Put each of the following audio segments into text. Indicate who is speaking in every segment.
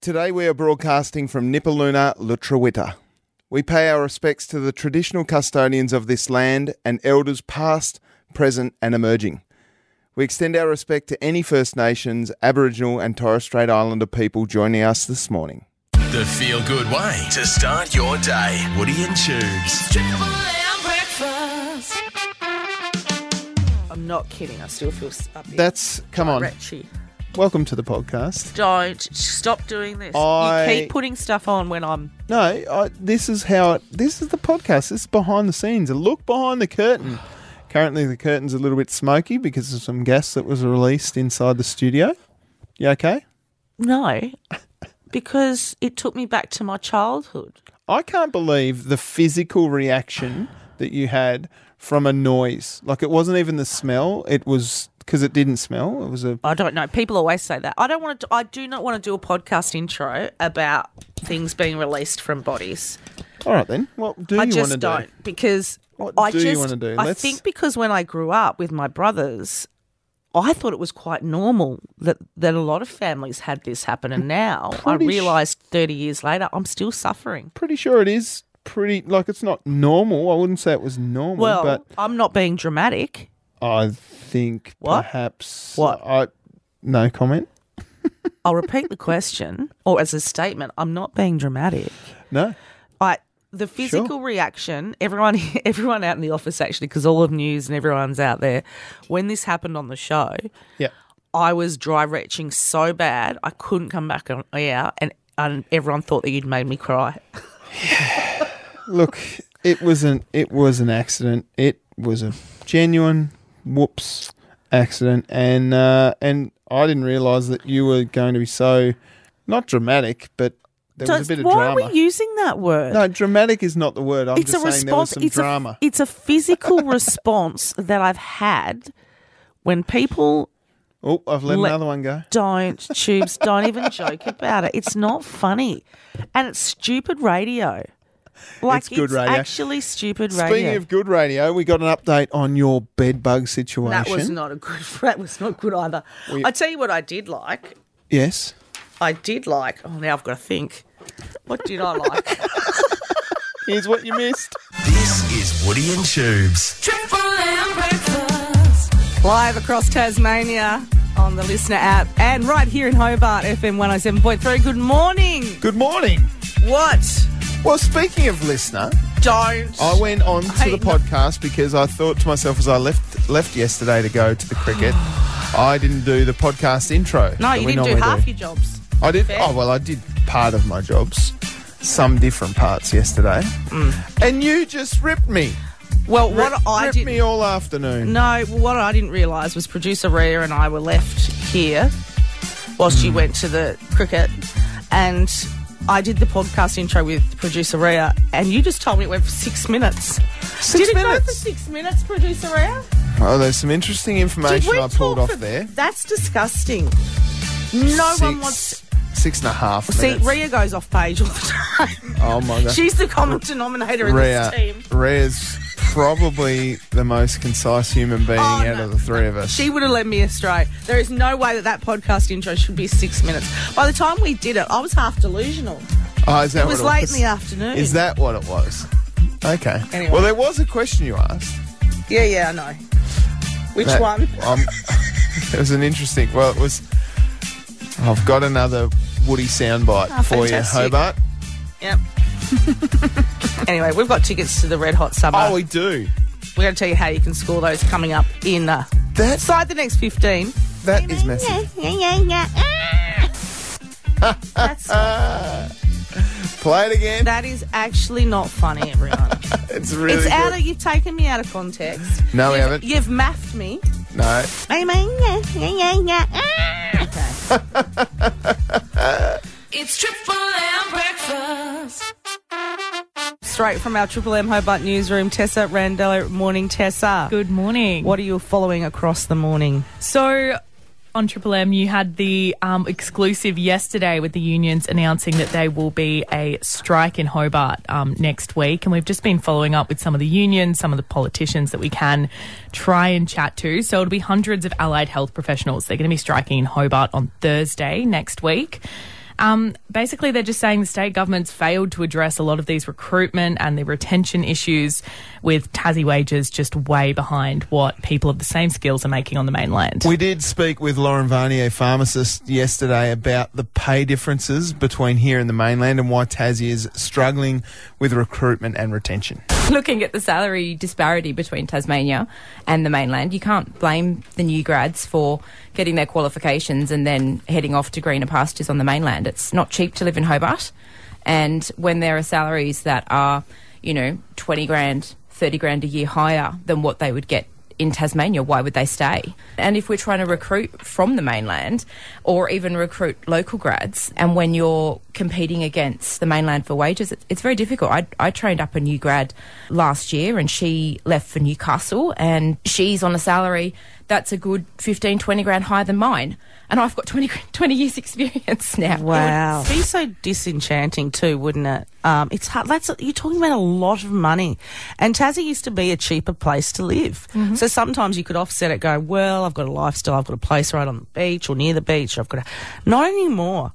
Speaker 1: Today we are broadcasting from Nipaluna, Lutrawita. We pay our respects to the traditional custodians of this land and elders past, present, and emerging. We extend our respect to any First Nations, Aboriginal, and Torres Strait Islander people joining us this morning.
Speaker 2: The feel good way to start your day. Woody and Tubes.
Speaker 3: I'm not kidding. I still feel s- up there.
Speaker 1: That's come on.
Speaker 3: Retchy.
Speaker 1: Welcome to the podcast.
Speaker 3: Don't stop doing this.
Speaker 1: I-
Speaker 3: You keep putting stuff on when I'm.
Speaker 1: No, I, this is how it, this is the podcast. This is behind the scenes. A look behind the curtain. Currently, the curtain's a little bit smoky because of some gas that was released inside the studio. You okay?
Speaker 3: No, because it took me back to my childhood.
Speaker 1: I can't believe the physical reaction that you had from a noise. Like it wasn't even the smell. It was because it didn't smell. It was a
Speaker 3: I don't know. People always say that. I don't want to. I do not want to do a podcast intro about things being released from bodies.
Speaker 1: all right then. What do
Speaker 3: I
Speaker 1: you want to
Speaker 3: just
Speaker 1: do?
Speaker 3: don't because
Speaker 1: What
Speaker 3: I
Speaker 1: do you
Speaker 3: just
Speaker 1: wanna do?
Speaker 3: I
Speaker 1: Let's-
Speaker 3: think because when I grew up with my brothers, I thought it was quite normal that that a lot of families had this happen, and now I
Speaker 1: pretty sh-
Speaker 3: realised thirty years later I'm still suffering.
Speaker 1: Pretty sure it is pretty like it's not normal. I wouldn't say it was normal,
Speaker 3: Well,
Speaker 1: but
Speaker 3: I'm not being dramatic.
Speaker 1: I think
Speaker 3: What?
Speaker 1: perhaps
Speaker 3: What?
Speaker 1: I no comment.
Speaker 3: I'll repeat the question, or as a statement, I'm not being dramatic.
Speaker 1: No.
Speaker 3: I the physical reaction everyone everyone out in the office actually because all of news and everyone's out there when this happened on the show
Speaker 1: Yeah.
Speaker 3: I was dry retching so bad I couldn't come back on yeah, and, and everyone thought that you'd made me cry.
Speaker 1: Look, it was an it was an accident. It was a genuine whoops accident, and uh, and I didn't realise that you were going to be so not dramatic, but there was
Speaker 3: Does-
Speaker 1: a bit of
Speaker 3: why
Speaker 1: drama.
Speaker 3: are we using that word?
Speaker 1: no, dramatic is not the word. I'm
Speaker 3: it's a
Speaker 1: just saying there was
Speaker 3: response.
Speaker 1: some
Speaker 3: It's
Speaker 1: drama.
Speaker 3: a it's a physical response that I've had when people
Speaker 1: oh, I've let
Speaker 3: le-
Speaker 1: another one go.
Speaker 3: don't tubes don't even joke about it. It's not funny, and it's stupid radio. Like
Speaker 1: It's good radio.
Speaker 3: actually stupid radio.
Speaker 1: Speaking of good radio, we got an update on your bed bug situation.
Speaker 3: that was not a good. That was not good either. I tell you what, I did like.
Speaker 1: yes.
Speaker 3: I did like. Oh, now I've got to think. What did I like?
Speaker 1: Here's what you missed.
Speaker 2: This is Woody and Tubes.
Speaker 3: Live across Tasmania on the listener app and right here in Hobart, FM 107.3. Good morning.
Speaker 1: Good morning.
Speaker 3: What?
Speaker 1: Well, speaking of listener,
Speaker 3: Don't.
Speaker 1: I went on to
Speaker 3: Hey,
Speaker 1: the
Speaker 3: no-
Speaker 1: podcast because I thought to myself as I left left yesterday to go to the cricket, I didn't do the podcast intro.
Speaker 3: no,
Speaker 1: that
Speaker 3: you
Speaker 1: we
Speaker 3: didn't do
Speaker 1: normally
Speaker 3: half your jobs.
Speaker 1: I did.
Speaker 3: fair.
Speaker 1: Oh well, I did part of my jobs, some different parts yesterday, and you just ripped me.
Speaker 3: Well,
Speaker 1: Rip,
Speaker 3: Mm. what I
Speaker 1: ripped
Speaker 3: did.
Speaker 1: me all afternoon.
Speaker 3: No, well, what I didn't realise was producer Rhea and I were left here whilst
Speaker 1: Hmm.
Speaker 3: you went to the cricket, and I did the podcast intro with producer Rhea, and you just told me it went for six minutes.
Speaker 1: Six
Speaker 3: did it go for
Speaker 1: minutes.
Speaker 3: six minutes, producer Rhea?
Speaker 1: Oh, there's some interesting
Speaker 3: Did
Speaker 1: information
Speaker 3: we
Speaker 1: I pulled
Speaker 3: talk
Speaker 1: off
Speaker 3: for-
Speaker 1: there.
Speaker 3: That's disgusting. No
Speaker 1: Six-
Speaker 3: one wants.
Speaker 1: six and a half.
Speaker 3: See,
Speaker 1: minutes.
Speaker 3: Rhea goes off page all the time.
Speaker 1: Oh my god.
Speaker 3: She's the common denominator in
Speaker 1: Rhea,
Speaker 3: this team.
Speaker 1: Rhea's probably the most concise human being
Speaker 3: Oh,
Speaker 1: out
Speaker 3: no.
Speaker 1: of the three of us.
Speaker 3: She would have led me astray. There is no way that that podcast intro should be six minutes. By the time we did it, I was half delusional.
Speaker 1: Oh, is that
Speaker 3: It was
Speaker 1: what
Speaker 3: late in the afternoon.
Speaker 1: Is that what it was? Okay.
Speaker 3: Anyway.
Speaker 1: Well, there was a question you asked.
Speaker 3: Yeah, yeah, I know. Which
Speaker 1: That-
Speaker 3: one?
Speaker 1: Um, it was an interesting. Well, it was. I've got another Woody soundbite
Speaker 3: Oh,
Speaker 1: for
Speaker 3: fantastic.
Speaker 1: you, Hobart.
Speaker 3: Yep. anyway, we've got tickets to the Red Hot Summer.
Speaker 1: Oh, we do.
Speaker 3: We're going to tell you how you can score those coming up in uh,
Speaker 1: That
Speaker 3: inside the next 15.
Speaker 1: that is massive.
Speaker 3: That's, that
Speaker 1: Play it again.
Speaker 3: is actually not funny, everyone.
Speaker 1: It's really
Speaker 3: it's
Speaker 1: good.
Speaker 3: out of, you've taken me out of context.
Speaker 1: No, we
Speaker 3: You've-
Speaker 1: haven't.
Speaker 3: You've maffed me.
Speaker 1: no.
Speaker 3: Okay.
Speaker 4: It's Triple M breakfast.
Speaker 3: Straight from our Triple M Hobart newsroom, Tessa Randello. Morning, Tessa.
Speaker 5: Good morning.
Speaker 3: What are you following across the morning?
Speaker 5: So, on Triple M, you had the um, exclusive yesterday with the unions announcing that they will be a strike in Hobart um, next week. And we've just been following up with some of the unions, some of the politicians that we can try and chat to. So, it'll be hundreds of allied health professionals. They're going to be striking in Hobart on Thursday next week. Um, basically, they're just saying the state government's failed to address a lot of these recruitment and the retention issues, with Tassie wages just way behind what people of the same skills are making on the mainland.
Speaker 1: We did speak with Lauren Varnier, pharmacist, yesterday about the pay differences between here and the mainland and why Tassie is struggling with recruitment and retention.
Speaker 6: looking at the salary disparity between Tasmania and the mainland, you can't blame the new grads for getting their qualifications and then heading off to greener pastures on the mainland. It's not cheap to live in Hobart. And when there are salaries that are, you know, 20 grand, 30 grand a year higher than what they would get in Tasmania, why would they stay? And if we're trying to recruit from the mainland or even recruit local grads, and when you're competing against the mainland for wages, it- it's very difficult. I, I trained up a new grad last year and she left for Newcastle and she's on a salary that's a good 15, 20 grand higher than mine. And I've got 20, gr- 20 years experience now.
Speaker 3: It would be so disenchanting too, wouldn't it? Um, it's hard. That's you're talking about a lot of money, and Tassie used to be a cheaper place to live. So sometimes you could offset it, go, well, I've got a lifestyle, I've got a place right on the beach or near the beach. I've got a, not anymore.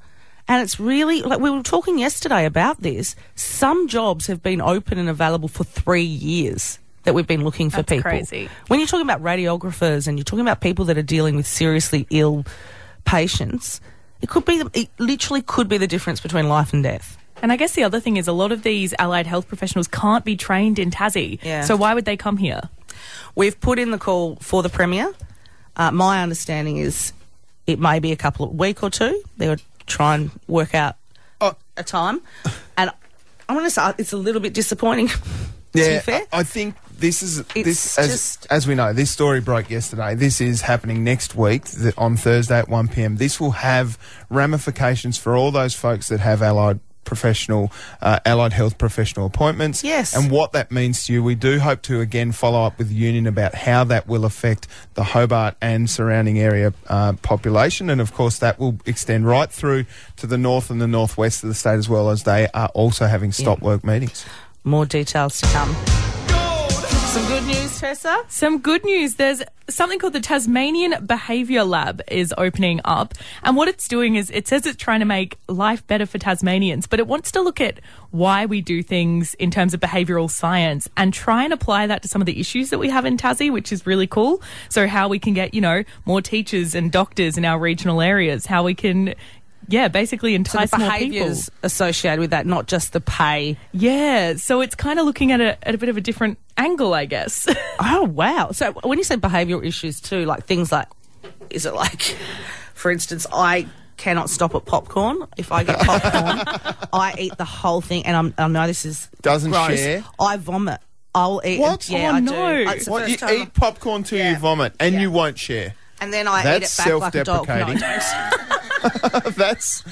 Speaker 3: And it's really like we were talking yesterday about this. Some jobs have been open and available for three years that we've been looking for
Speaker 5: That's
Speaker 3: people.
Speaker 5: crazy.
Speaker 3: When you're talking about radiographers and you're talking about people that are dealing with seriously ill patients, it could be the, it literally could be the difference between life and death.
Speaker 5: And I guess the other thing is a lot of these allied health professionals can't be trained in Tassie.
Speaker 3: Yeah.
Speaker 5: So why would they come here?
Speaker 3: We've put in the call for the premier. Uh, my understanding is it may be a couple of week or two. They would try and work out
Speaker 1: Oh.
Speaker 3: a time, and I'm going to say it's a little bit disappointing. to be fair,
Speaker 1: I I think this is this as
Speaker 3: just-
Speaker 1: as we know. This story broke yesterday. This is happening next week th- on Thursday at one pm. This will have ramifications for all those folks that have allied professional uh, allied health professional appointments
Speaker 3: Yes.
Speaker 1: and what that means to you we do hope to again follow up with the union about how that will affect the hobart and surrounding area uh, population and of course that will extend right through to the north and the northwest of the state as well as they are also having stop work meetings
Speaker 3: more details to come. Some good news, Tessa.
Speaker 5: Some good news. There's something called the Tasmanian Behaviour Lab is opening up. And what it's doing is it says it's trying to make life better for Tasmanians, but it wants to look at why we do things in terms of behavioural science and try and apply that to some of the issues that we have in Tassie, which is really cool. So how we can get, you know, more teachers and doctors in our regional areas, how we can yeah, basically
Speaker 3: So
Speaker 5: entice
Speaker 3: the
Speaker 5: more people.
Speaker 3: behaviours associated with that, not just the pay.
Speaker 5: Yeah, so it's kind of looking at a, at a bit of a different angle, I guess.
Speaker 3: Oh wow! So when you say behavioural issues too, like things like, is it like, for instance, I cannot stop at popcorn. If I get popcorn, I eat the whole thing, and I'm, I know this is
Speaker 1: Doesn't
Speaker 3: gross.
Speaker 1: share?
Speaker 3: I vomit. I'll eat.
Speaker 1: What?
Speaker 3: Yeah,
Speaker 5: Oh,
Speaker 3: I do.
Speaker 5: no.
Speaker 3: It's the
Speaker 1: What
Speaker 3: first
Speaker 1: you
Speaker 3: time-
Speaker 1: eat popcorn till
Speaker 3: Yeah.
Speaker 1: you vomit and
Speaker 3: Yeah.
Speaker 1: you won't share.
Speaker 3: and then I
Speaker 1: That's
Speaker 3: eat it back like a dog. No, I
Speaker 1: self-deprecating.
Speaker 3: don't.
Speaker 1: That's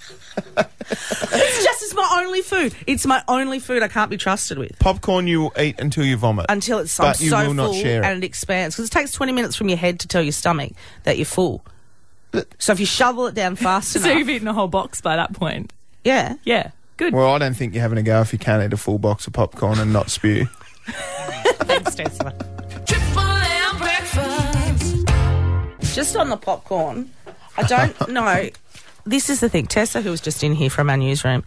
Speaker 3: it's just it's my only food. It's my only food. I can't be trusted with.
Speaker 1: popcorn you will eat until you vomit.
Speaker 3: until it's
Speaker 1: but
Speaker 3: I'm
Speaker 1: you
Speaker 3: so
Speaker 1: will
Speaker 3: full
Speaker 1: not share it.
Speaker 3: and it expands because it takes 20 minutes from your head to tell your stomach that you're full. So if you shovel it down fast
Speaker 5: so you've
Speaker 3: enough,
Speaker 5: eaten a whole box by that point.
Speaker 3: yeah,
Speaker 5: Yeah, good.
Speaker 1: Well, I don't think you're having a go if you can't eat a full box of popcorn and not spew.
Speaker 4: Triple M breakfast.
Speaker 3: just on the popcorn. I don't know. This is the thing. Tessa, who was just in here from our newsroom,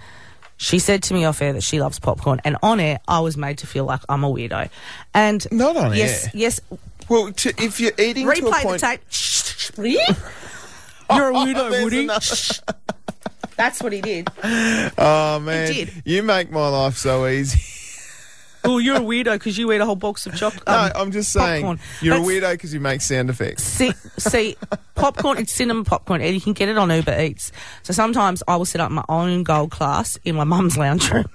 Speaker 3: she said to me off air that she loves popcorn, and on air, I was made to feel like I'm a weirdo. And
Speaker 1: Not on
Speaker 3: yes,
Speaker 1: air.
Speaker 3: yes.
Speaker 1: well, to, if you're eating to a
Speaker 3: Replay the
Speaker 1: point,
Speaker 3: tape. Shh, shh, will you? You're a weirdo,
Speaker 1: There's
Speaker 3: Woody.
Speaker 1: another-
Speaker 3: Shh. That's what he did.
Speaker 1: oh man,
Speaker 3: did.
Speaker 1: you make my life so easy.
Speaker 3: Oh, you're a weirdo because you ate a whole box of chocolate. Um,
Speaker 1: No, I'm just saying
Speaker 3: popcorn.
Speaker 1: you're a
Speaker 3: That's-
Speaker 1: weirdo because you make sound effects.
Speaker 3: See, see, popcorn. It's cinnamon popcorn, and you can get it on Uber Eats. So sometimes I will set up my own gold class in my mum's lounge room,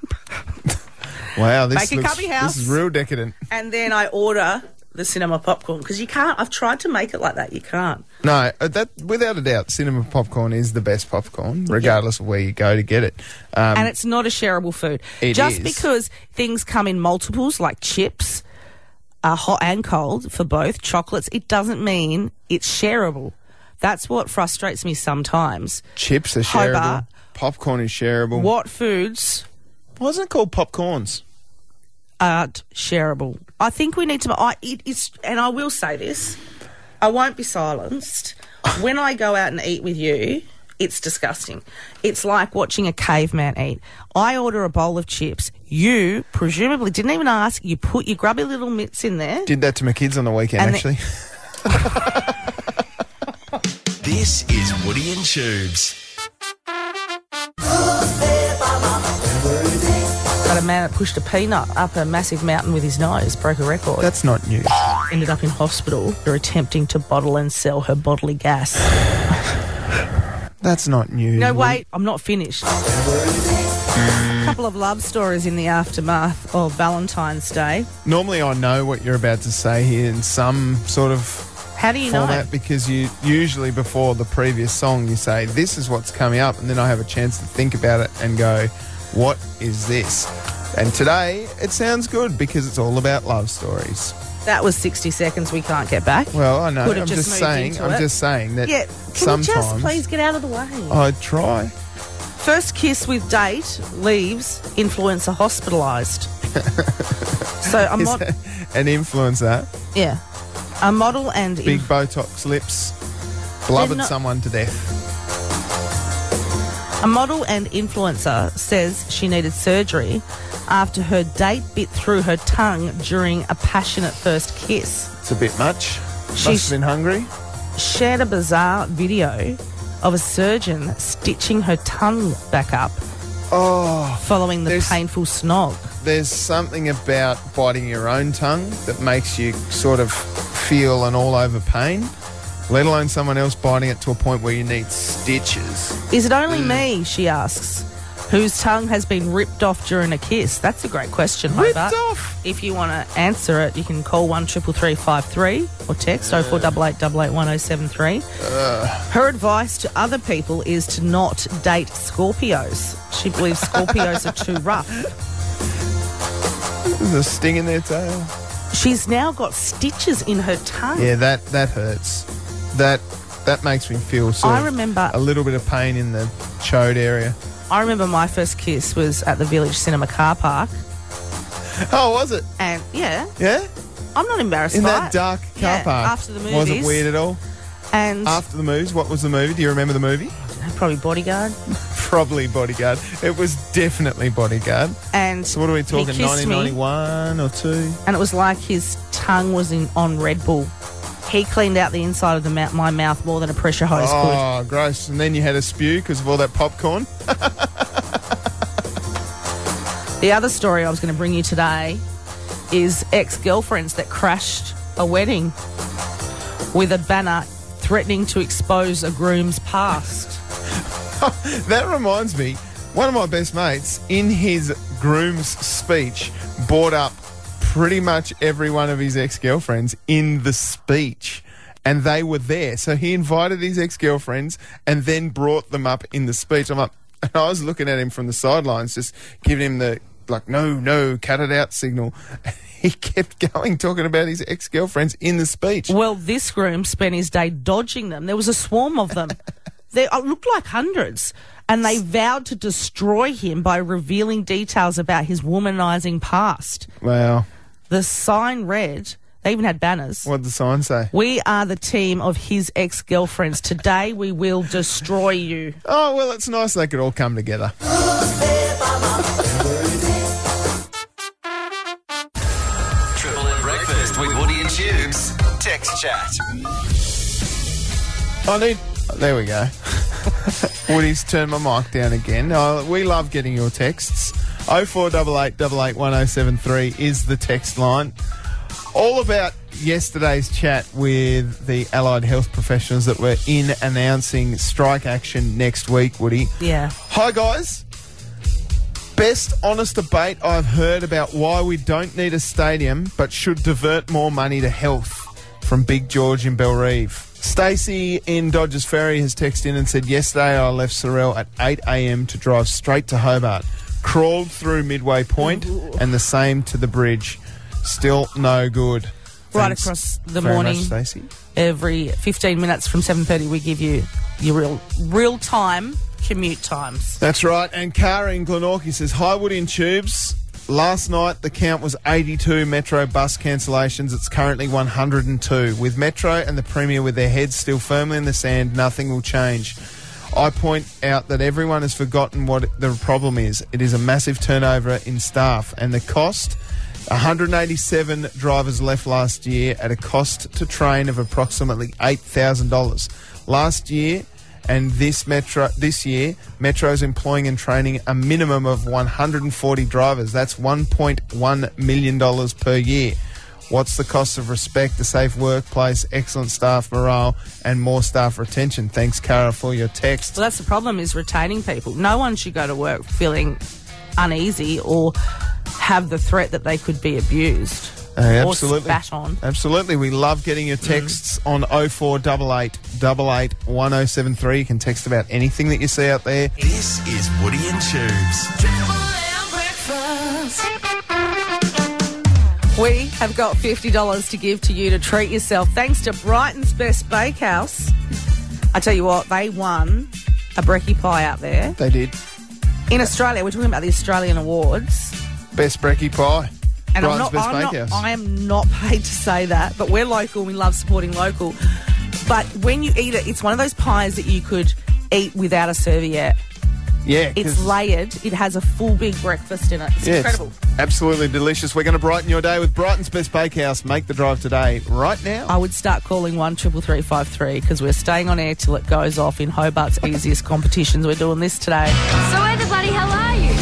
Speaker 1: Wow, this
Speaker 3: Make a
Speaker 1: looks,
Speaker 3: cubby house.
Speaker 1: this is real decadent.
Speaker 3: and then I order the cinema popcorn because you can't. I've tried to make it like that. You can't.
Speaker 1: No, uh, that without a doubt, cinema popcorn is the best popcorn, regardless of where you go to get it. Um,
Speaker 3: and it's not a shareable food.
Speaker 1: It
Speaker 3: Just
Speaker 1: is.
Speaker 3: because things come in multiples, like chips, uh, hot and cold for both chocolates, it doesn't mean it's shareable. That's what frustrates me sometimes.
Speaker 1: chips are shareable.
Speaker 3: Hobart.
Speaker 1: Popcorn is shareable.
Speaker 3: What foods
Speaker 1: Why isn't it called popcorns?
Speaker 3: aren't shareable. I think we need to. I, it is, and I will say this. I won't be silenced. when I go out and eat with you, It's disgusting. It's like watching a caveman eat. I order a bowl of chips. You presumably didn't even ask. You put your grubby little mitts in there.
Speaker 1: Did that to my kids on the weekend,
Speaker 3: And the-
Speaker 1: actually.
Speaker 2: This is Woody and Tubes.
Speaker 3: Got a man that pushed a peanut up a massive mountain with his nose, broke a record.
Speaker 1: That's not news.
Speaker 3: ended up in hospital for attempting to bottle and sell her bodily gas.
Speaker 1: That's not news.
Speaker 3: No, wait, I'm not finished. A couple of love stories in the aftermath of Valentine's Day.
Speaker 1: Normally, I know what you're about to say here in some sort of
Speaker 3: How do you know?
Speaker 1: format because you usually before the previous song you say this is what's coming up, and then I have a chance to think about it and go, what is this? And today it sounds good because it's all about love stories.
Speaker 3: That was 60 seconds we can't get back.
Speaker 1: Well, I know.
Speaker 3: Could have
Speaker 1: I'm just,
Speaker 3: just moved
Speaker 1: saying.
Speaker 3: into
Speaker 1: I'm
Speaker 3: it.
Speaker 1: just saying that
Speaker 3: yeah, can you
Speaker 1: sometimes Oh.
Speaker 3: just please get out of the way?
Speaker 1: I try.
Speaker 3: First kiss with date leaves influencer hospitalised. so I'm
Speaker 1: Is
Speaker 3: not.
Speaker 1: that an influencer,
Speaker 3: Yeah. A model and
Speaker 1: big
Speaker 3: inf-
Speaker 1: Botox lips, blubbered
Speaker 3: not-
Speaker 1: someone to death.
Speaker 3: A model and influencer says she needed surgery after her date bit through her tongue during a passionate first kiss.
Speaker 1: It's a bit much. Must
Speaker 3: She's-
Speaker 1: have been hungry.
Speaker 3: Shared a bizarre video of a surgeon stitching her tongue back up
Speaker 1: Oh,
Speaker 3: following the
Speaker 1: There's-
Speaker 3: painful snog.
Speaker 1: there's something about biting your own tongue that makes you sort of feel an all over pain, let alone someone else biting it to a point where you need stitches.
Speaker 3: Is it
Speaker 1: Mm.
Speaker 3: only me, she asks, whose tongue has been ripped off during a kiss? That's a great question,
Speaker 1: Ripped
Speaker 3: Hobart.
Speaker 1: off?
Speaker 3: If you want to answer it, you can call one triple three five three or text oh four double eight double eight one oh seven three. Her advice to other people is to not date Scorpios. She believes Scorpios are too rough.
Speaker 1: There's a sting in their tail.
Speaker 3: She's now got stitches in her tongue.
Speaker 1: Yeah, that that hurts. That that makes me feel sort
Speaker 3: I
Speaker 1: of
Speaker 3: remember-
Speaker 1: a little bit of pain in the chode area.
Speaker 3: I remember my first kiss was at the Village Cinema car park,
Speaker 1: Oh, was it?
Speaker 3: and yeah,
Speaker 1: Yeah,
Speaker 3: I'm not embarrassed
Speaker 1: in
Speaker 3: by
Speaker 1: that
Speaker 3: it.
Speaker 1: dark car
Speaker 3: Yeah,
Speaker 1: park.
Speaker 3: after the movies.
Speaker 1: wasn't weird at all.
Speaker 3: And
Speaker 1: After the movies, what was the movie? Do you remember the movie?
Speaker 3: probably bodyguard.
Speaker 1: Probably Bodyguard. It was definitely Bodyguard.
Speaker 3: And
Speaker 1: So what are we talking?
Speaker 3: He kissed me,
Speaker 1: 1991 or two?
Speaker 3: and it was like his tongue was in on Red Bull. He cleaned out the inside of the mou- my mouth more than a pressure hose could.
Speaker 1: Oh, gross. And then you had a spew because of all that popcorn.
Speaker 3: The other story I was going to bring you today is ex girlfriends that crashed a wedding with a banner threatening to expose a groom's past.
Speaker 1: That reminds me, one of my best mates, in his groom's speech, brought up pretty much every one of his ex girlfriends in the speech. And they were there. So he invited his ex girlfriends and then brought them up in the speech. I'm up, and I was looking at him from the sidelines, just giving him the, like, no, no, cut it out signal. He kept going, talking about his ex girlfriends in the speech.
Speaker 3: Well, this groom spent his day dodging them. There was a swarm of them. they uh, looked like hundreds. And they vowed to destroy him by revealing details about his womanizing past.
Speaker 1: Wow.
Speaker 3: The sign read, they even had banners.
Speaker 1: What'd the sign say?
Speaker 3: We are the team of his ex girlfriends. Today we will destroy you.
Speaker 1: Oh, well, it's nice they could all come together.
Speaker 2: Triple M Breakfast with Woody and Tubes. Text chat.
Speaker 1: I need. Oh, There we go. Woody's turned my mic down again. Uh, we love getting your texts. 0488 881073 is the text line. All about yesterday's chat with the allied health professionals that were in announcing strike action next week, Woody.
Speaker 3: Yeah.
Speaker 1: Hi, guys. Best honest debate I've heard about why we don't need a stadium but should divert more money to health from Big George in Belrive. Stacey in Dodgers Ferry has texted in and said, Yesterday I left Sorel at 8 a.m. to drive straight to Hobart, crawled through Midway Point, and the same to the bridge. Still no good.
Speaker 3: Right
Speaker 1: Thanks
Speaker 3: across the
Speaker 1: very
Speaker 3: morning.
Speaker 1: much, Stacey.
Speaker 3: Every 15 minutes from 7.30 we give you your real, real time commute times.
Speaker 1: That's right. And Cara in Glenorchy says, Hi, Wood in Tubes. Last night, the count was 82 Metro bus cancellations. It's currently 102. With Metro and the Premier with their heads still firmly in the sand, nothing will change. I point out that everyone has forgotten what the problem is. It is a massive turnover in staff, and the cost 187 drivers left last year at a cost to train of approximately $8,000. Last year, and this metro this year metro's employing and training a minimum of 140 drivers that's 1.1 million dollars per year What's the cost of respect, a safe workplace, excellent staff morale, and more staff retention? Thanks, Cara, for your text.
Speaker 3: Well, that's the problem is retaining people. No one should go to work feeling uneasy or have the threat that they could be abused
Speaker 1: Uh, absolutely.
Speaker 3: or spat on. Mm.
Speaker 1: Absolutely. We love getting your texts on 0488 88 1073. You can text about anything that you see out there.
Speaker 2: This is Woody and Tubes.
Speaker 4: Triple M breakfast.
Speaker 3: We have got $50 to give to you to treat yourself thanks to Brighton's Best Bakehouse. I tell you what, they won a brekkie pie out there.
Speaker 1: They did.
Speaker 3: In Australia, we're talking about the Australian Awards.
Speaker 1: Best brekkie pie.
Speaker 3: And
Speaker 1: Brighton's
Speaker 3: I'm not,
Speaker 1: best
Speaker 3: I'm
Speaker 1: bakehouse.
Speaker 3: Not, I am not paid to say that, but we're local. We love supporting local. But when you eat it, it's one of those pies that you could eat without a serviette.
Speaker 1: yeah.
Speaker 3: It's
Speaker 1: 'cause-
Speaker 3: layered. It has a full big breakfast in it. It's
Speaker 1: Yeah,
Speaker 3: incredible.
Speaker 1: absolutely delicious. We're going to brighten your day with Brighton's Best Bakehouse. Make the drive today, right now.
Speaker 3: I would start calling one triple three five three because we're staying on air till it goes off in Hobart's easiest competitions. We're doing this today.
Speaker 7: So where the bloody hell are you?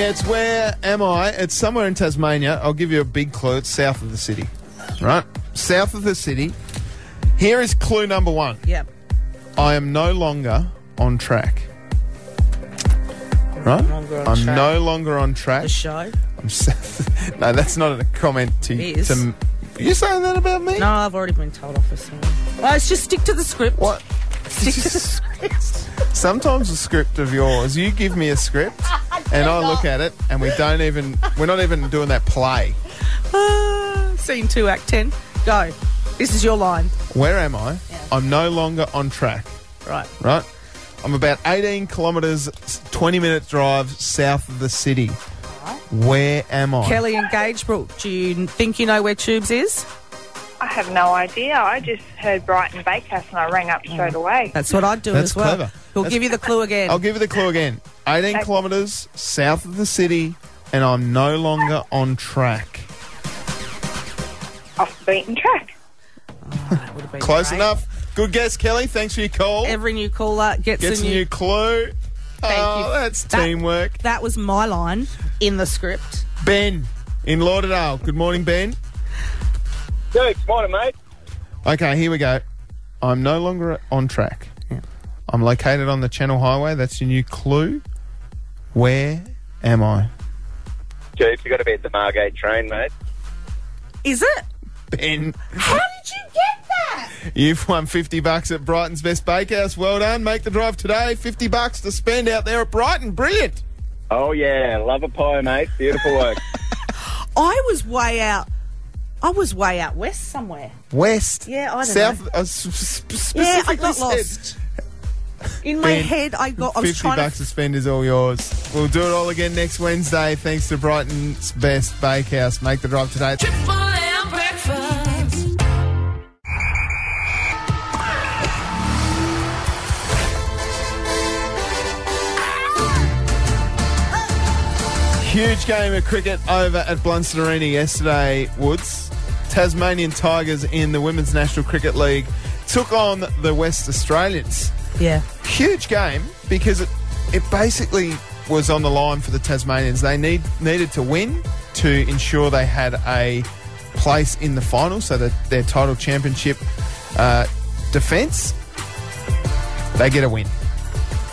Speaker 1: Yeah, it's where am I? It's somewhere in Tasmania. I'll give you a big clue. It's south of the city, right? South of the city. Here is clue number one.
Speaker 3: Yep.
Speaker 1: I am no longer on track. Right?
Speaker 3: longer on
Speaker 1: I'm
Speaker 3: track.
Speaker 1: no longer on track.
Speaker 3: The show.
Speaker 1: I'm s- no, that's not a comment to
Speaker 3: It is.
Speaker 1: to m- you saying that about me?
Speaker 3: No, I've already been told off this morning. Let's just stick to the script.
Speaker 1: What?
Speaker 3: Stick to the
Speaker 1: Sometimes a script of yours, you give me a script and I look at it and we don't even we're not even doing that play.
Speaker 3: Ah, Scene two, act ten. Go. This is your line.
Speaker 1: Where am I? I'm no longer on track.
Speaker 3: Right.
Speaker 1: right? I'm about 18 kilometres, 20 minute drive south of the city. Where am I?
Speaker 3: Kelly and Gagebrook, do you think you know where Tubes is?
Speaker 8: I have no idea. I just heard Brighton Bakehouse and I rang up
Speaker 5: Mm.
Speaker 8: straight away.
Speaker 3: That's what I'd do
Speaker 1: That's
Speaker 3: as well.
Speaker 1: clever.
Speaker 3: He'll
Speaker 1: That's- Oh,
Speaker 3: give you the clue again.
Speaker 1: I'll give you the clue again. 18 kilometres south of the city, and I'm no longer on track.
Speaker 8: Off the beaten track.
Speaker 3: That would've been
Speaker 1: Close
Speaker 3: great.
Speaker 1: enough. Good guess, Kelly. Thanks for your call.
Speaker 3: Every new caller gets,
Speaker 1: Gets
Speaker 3: a
Speaker 1: a new clue. oh,
Speaker 3: you.
Speaker 1: that's
Speaker 3: That-
Speaker 1: teamwork.
Speaker 3: That was my line in the script.
Speaker 1: Ben in Lauderdale. Good morning, Ben.
Speaker 9: Dude, morning, mate.
Speaker 1: Okay, here we go. I'm no longer on track. I'm located on the Channel Highway. That's your new clue. Where am I?
Speaker 9: Dude, you got to be at the Margate train, mate.
Speaker 3: Is it?
Speaker 1: Ben,
Speaker 3: How did you get that?
Speaker 1: you've won 50 bucks at Brighton's Best Bakehouse. Well done. Make the drive today. 50 bucks to spend out there at Brighton. Brilliant.
Speaker 9: Oh, yeah. Love a pie, mate. Beautiful work.
Speaker 3: I was way out. I was way out west somewhere.
Speaker 1: West.
Speaker 3: Yeah, I don't
Speaker 1: South,
Speaker 3: know.
Speaker 1: uh, s- sp-
Speaker 3: Yeah, I
Speaker 1: specifically
Speaker 3: got
Speaker 1: said-
Speaker 3: lost. In my
Speaker 1: Ben,
Speaker 3: head, I got. I was
Speaker 1: 50
Speaker 3: trying to
Speaker 1: bucks to spend is all yours. We'll do it all again next Wednesday. Thanks to Brighton's Best Bakehouse. Make the drive today.
Speaker 4: Triple M breakfast.
Speaker 1: Huge game of cricket over at Blunston Arena yesterday, Woods. Tasmanian Tigers in the Women's National Cricket League took on the West Australians.
Speaker 3: Yeah.
Speaker 1: Huge game because it, it basically was on the line for the Tasmanians. They need needed to win to ensure they had a place in the final, so that their title championship uh, defence they get a win.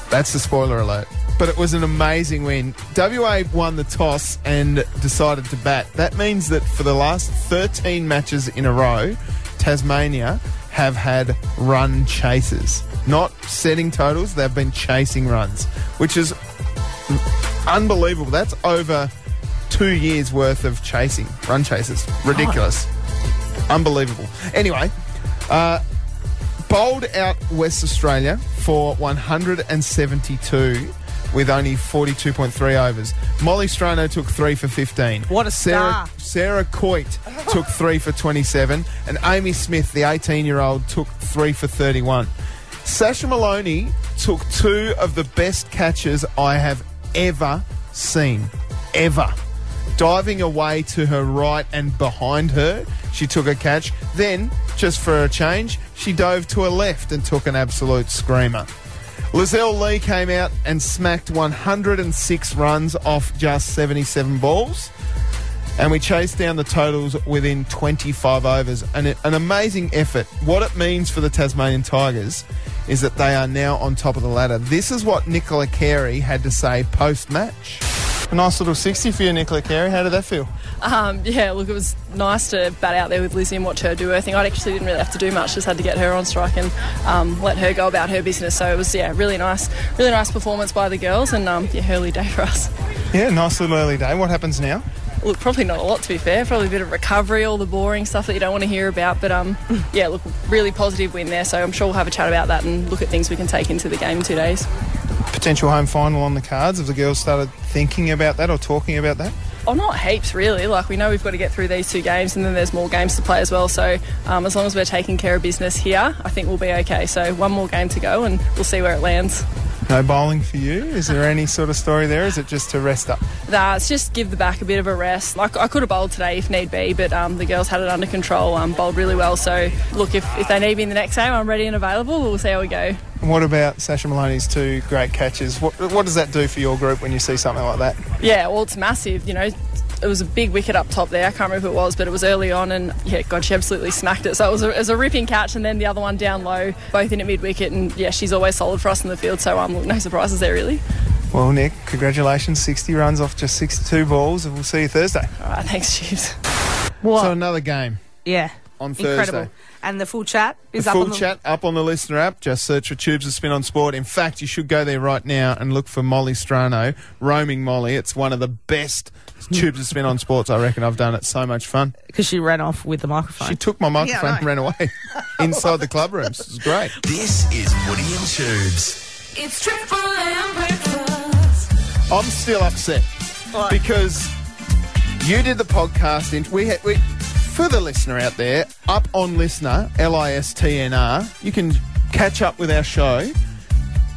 Speaker 1: That's the spoiler alert. But it was an amazing win. WA won the toss and decided to bat. That means that for the last 13 matches in a row, Tasmania have had run chasers. Not setting totals, they've been chasing runs, which is unbelievable. That's over two years worth of chasing, run chasers. Ridiculous. Unbelievable. Anyway, uh, bowled out West Australia for 172 with only 42.3 overs. Molly Strano took three for 15.
Speaker 3: What a
Speaker 1: Sarah,
Speaker 3: star.
Speaker 1: Sarah Coit took three for 27, and Amy Smith, the 18 year old, took three for 31. Sasha Maloney took two of the best catches I have ever seen. Ever. Diving away to her right and behind her, she took a catch. Then, just for a change, she dove to her left and took an absolute screamer. Lizelle Lee came out and smacked 106 runs off just 77 balls. And we chased down the totals within 25 overs. And it, an amazing effort. What it means for the Tasmanian Tigers is that they are now on top of the ladder. This is what Nicola Carey had to say post match. A nice little 60 for you, Nicola Carey. How did that feel?
Speaker 10: Um, yeah, look, it was nice to bat out there with Lizzie and watch her do her thing. I actually didn't really have to do much; just had to get her on strike and um, let her go about her business. So it was, yeah, really nice, really nice performance by the girls, and um, yeah, early day for us.
Speaker 1: Yeah, nice little early day. What happens now?
Speaker 10: Look, probably not a lot to be fair. Probably a bit of recovery, all the boring stuff that you don't want to hear about. But um, yeah, look, really positive win there. So I'm sure we'll have a chat about that and look at things we can take into the game in two days.
Speaker 1: Potential home final on the cards. Have the girls started thinking about that or talking about that?
Speaker 10: Oh, not heaps really. Like we know we've got to get through these two games, and then there's more games to play as well. So um, as long as we're taking care of business here, I think we'll be okay. So one more game to go, and we'll see where it lands.
Speaker 1: No bowling for you. Is there any sort of story there? Is it just to rest up?
Speaker 10: That's just give the back a bit of a rest. Like I could have bowled today if need be, but um, the girls had it under control. Um, bowled really well. So look, if, if they need me in the next game, I'm ready and available. We'll see how we go.
Speaker 1: And what about Sasha Maloney's two great catches? What, what does that do for your group when you see something like that?
Speaker 10: Yeah, well, it's massive. You know, it was a big wicket up top there. I can't remember who it was, but it was early on, and yeah, God, she absolutely smacked it. So it was a, it was a ripping catch, and then the other one down low, both in at mid wicket, and yeah, she's always solid for us in the field. So um, look, no surprises there really.
Speaker 1: Well, Nick, congratulations. 60 runs off just 62 balls, and we'll see you Thursday.
Speaker 10: All right, thanks, Chiefs.
Speaker 3: What?
Speaker 1: So another game
Speaker 3: yeah.
Speaker 1: on Thursday.
Speaker 3: Incredible. And the full chat is
Speaker 1: The
Speaker 3: up
Speaker 1: full
Speaker 3: on the
Speaker 1: chat up on the listener app. Just search for Tubes of Spin on Sport. In fact, you should go there right now and look for Molly Strano, Roaming Molly. It's one of the best Tubes of Spin on Sports I reckon I've done. It's so much fun.
Speaker 3: because she ran off with the microphone.
Speaker 1: She took my microphone
Speaker 3: know.
Speaker 1: and ran away inside the club rooms. It was great.
Speaker 2: This is Woody and Tubes.
Speaker 4: It's triple M breakfast.
Speaker 1: I'm still upset because you did the podcast. In, we, had, we for the listener out there, up on listener L I S T N R. You can catch up with our show,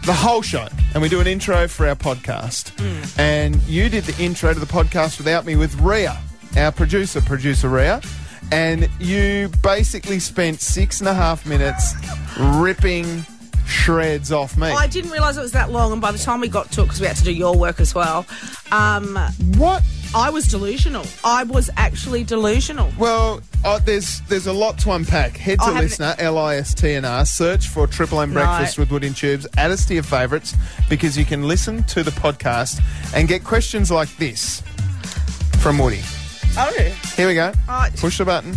Speaker 1: the whole show, and we do an intro for our podcast. And you did the intro to the podcast without me with Rhea, our producer, producer Rhea. And you basically spent six and a half minutes ripping shreds off me.
Speaker 3: I didn't realise it was that long, and by the time we got to it, because we had to do your work as well, um,
Speaker 1: what?
Speaker 3: I was delusional. I was actually delusional.
Speaker 1: Well, uh, there's there's a lot to unpack. Head to
Speaker 3: I haven't-
Speaker 1: listener, L I S T N R. Search for Triple M Breakfast
Speaker 3: No.
Speaker 1: with Wood and Tubes. Add us to your favourites because you can listen to the podcast and get questions like this from Woody.
Speaker 3: Oh.
Speaker 1: Here we go.
Speaker 3: Right.
Speaker 1: Push the button.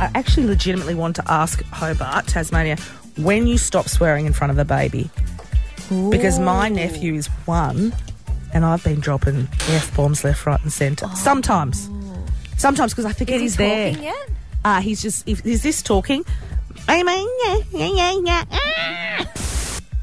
Speaker 3: I actually legitimately want to ask Hobart, Tasmania, when you stop swearing in front of the baby. Because my nephew is one, and I've been dropping F bombs left, right, and centre. Sometimes. Sometimes because I forget he's there.
Speaker 6: Oh. Talking yet?
Speaker 3: Uh, he's just, if, is this talking? I mean, yeah, yeah, yeah, yeah, ah.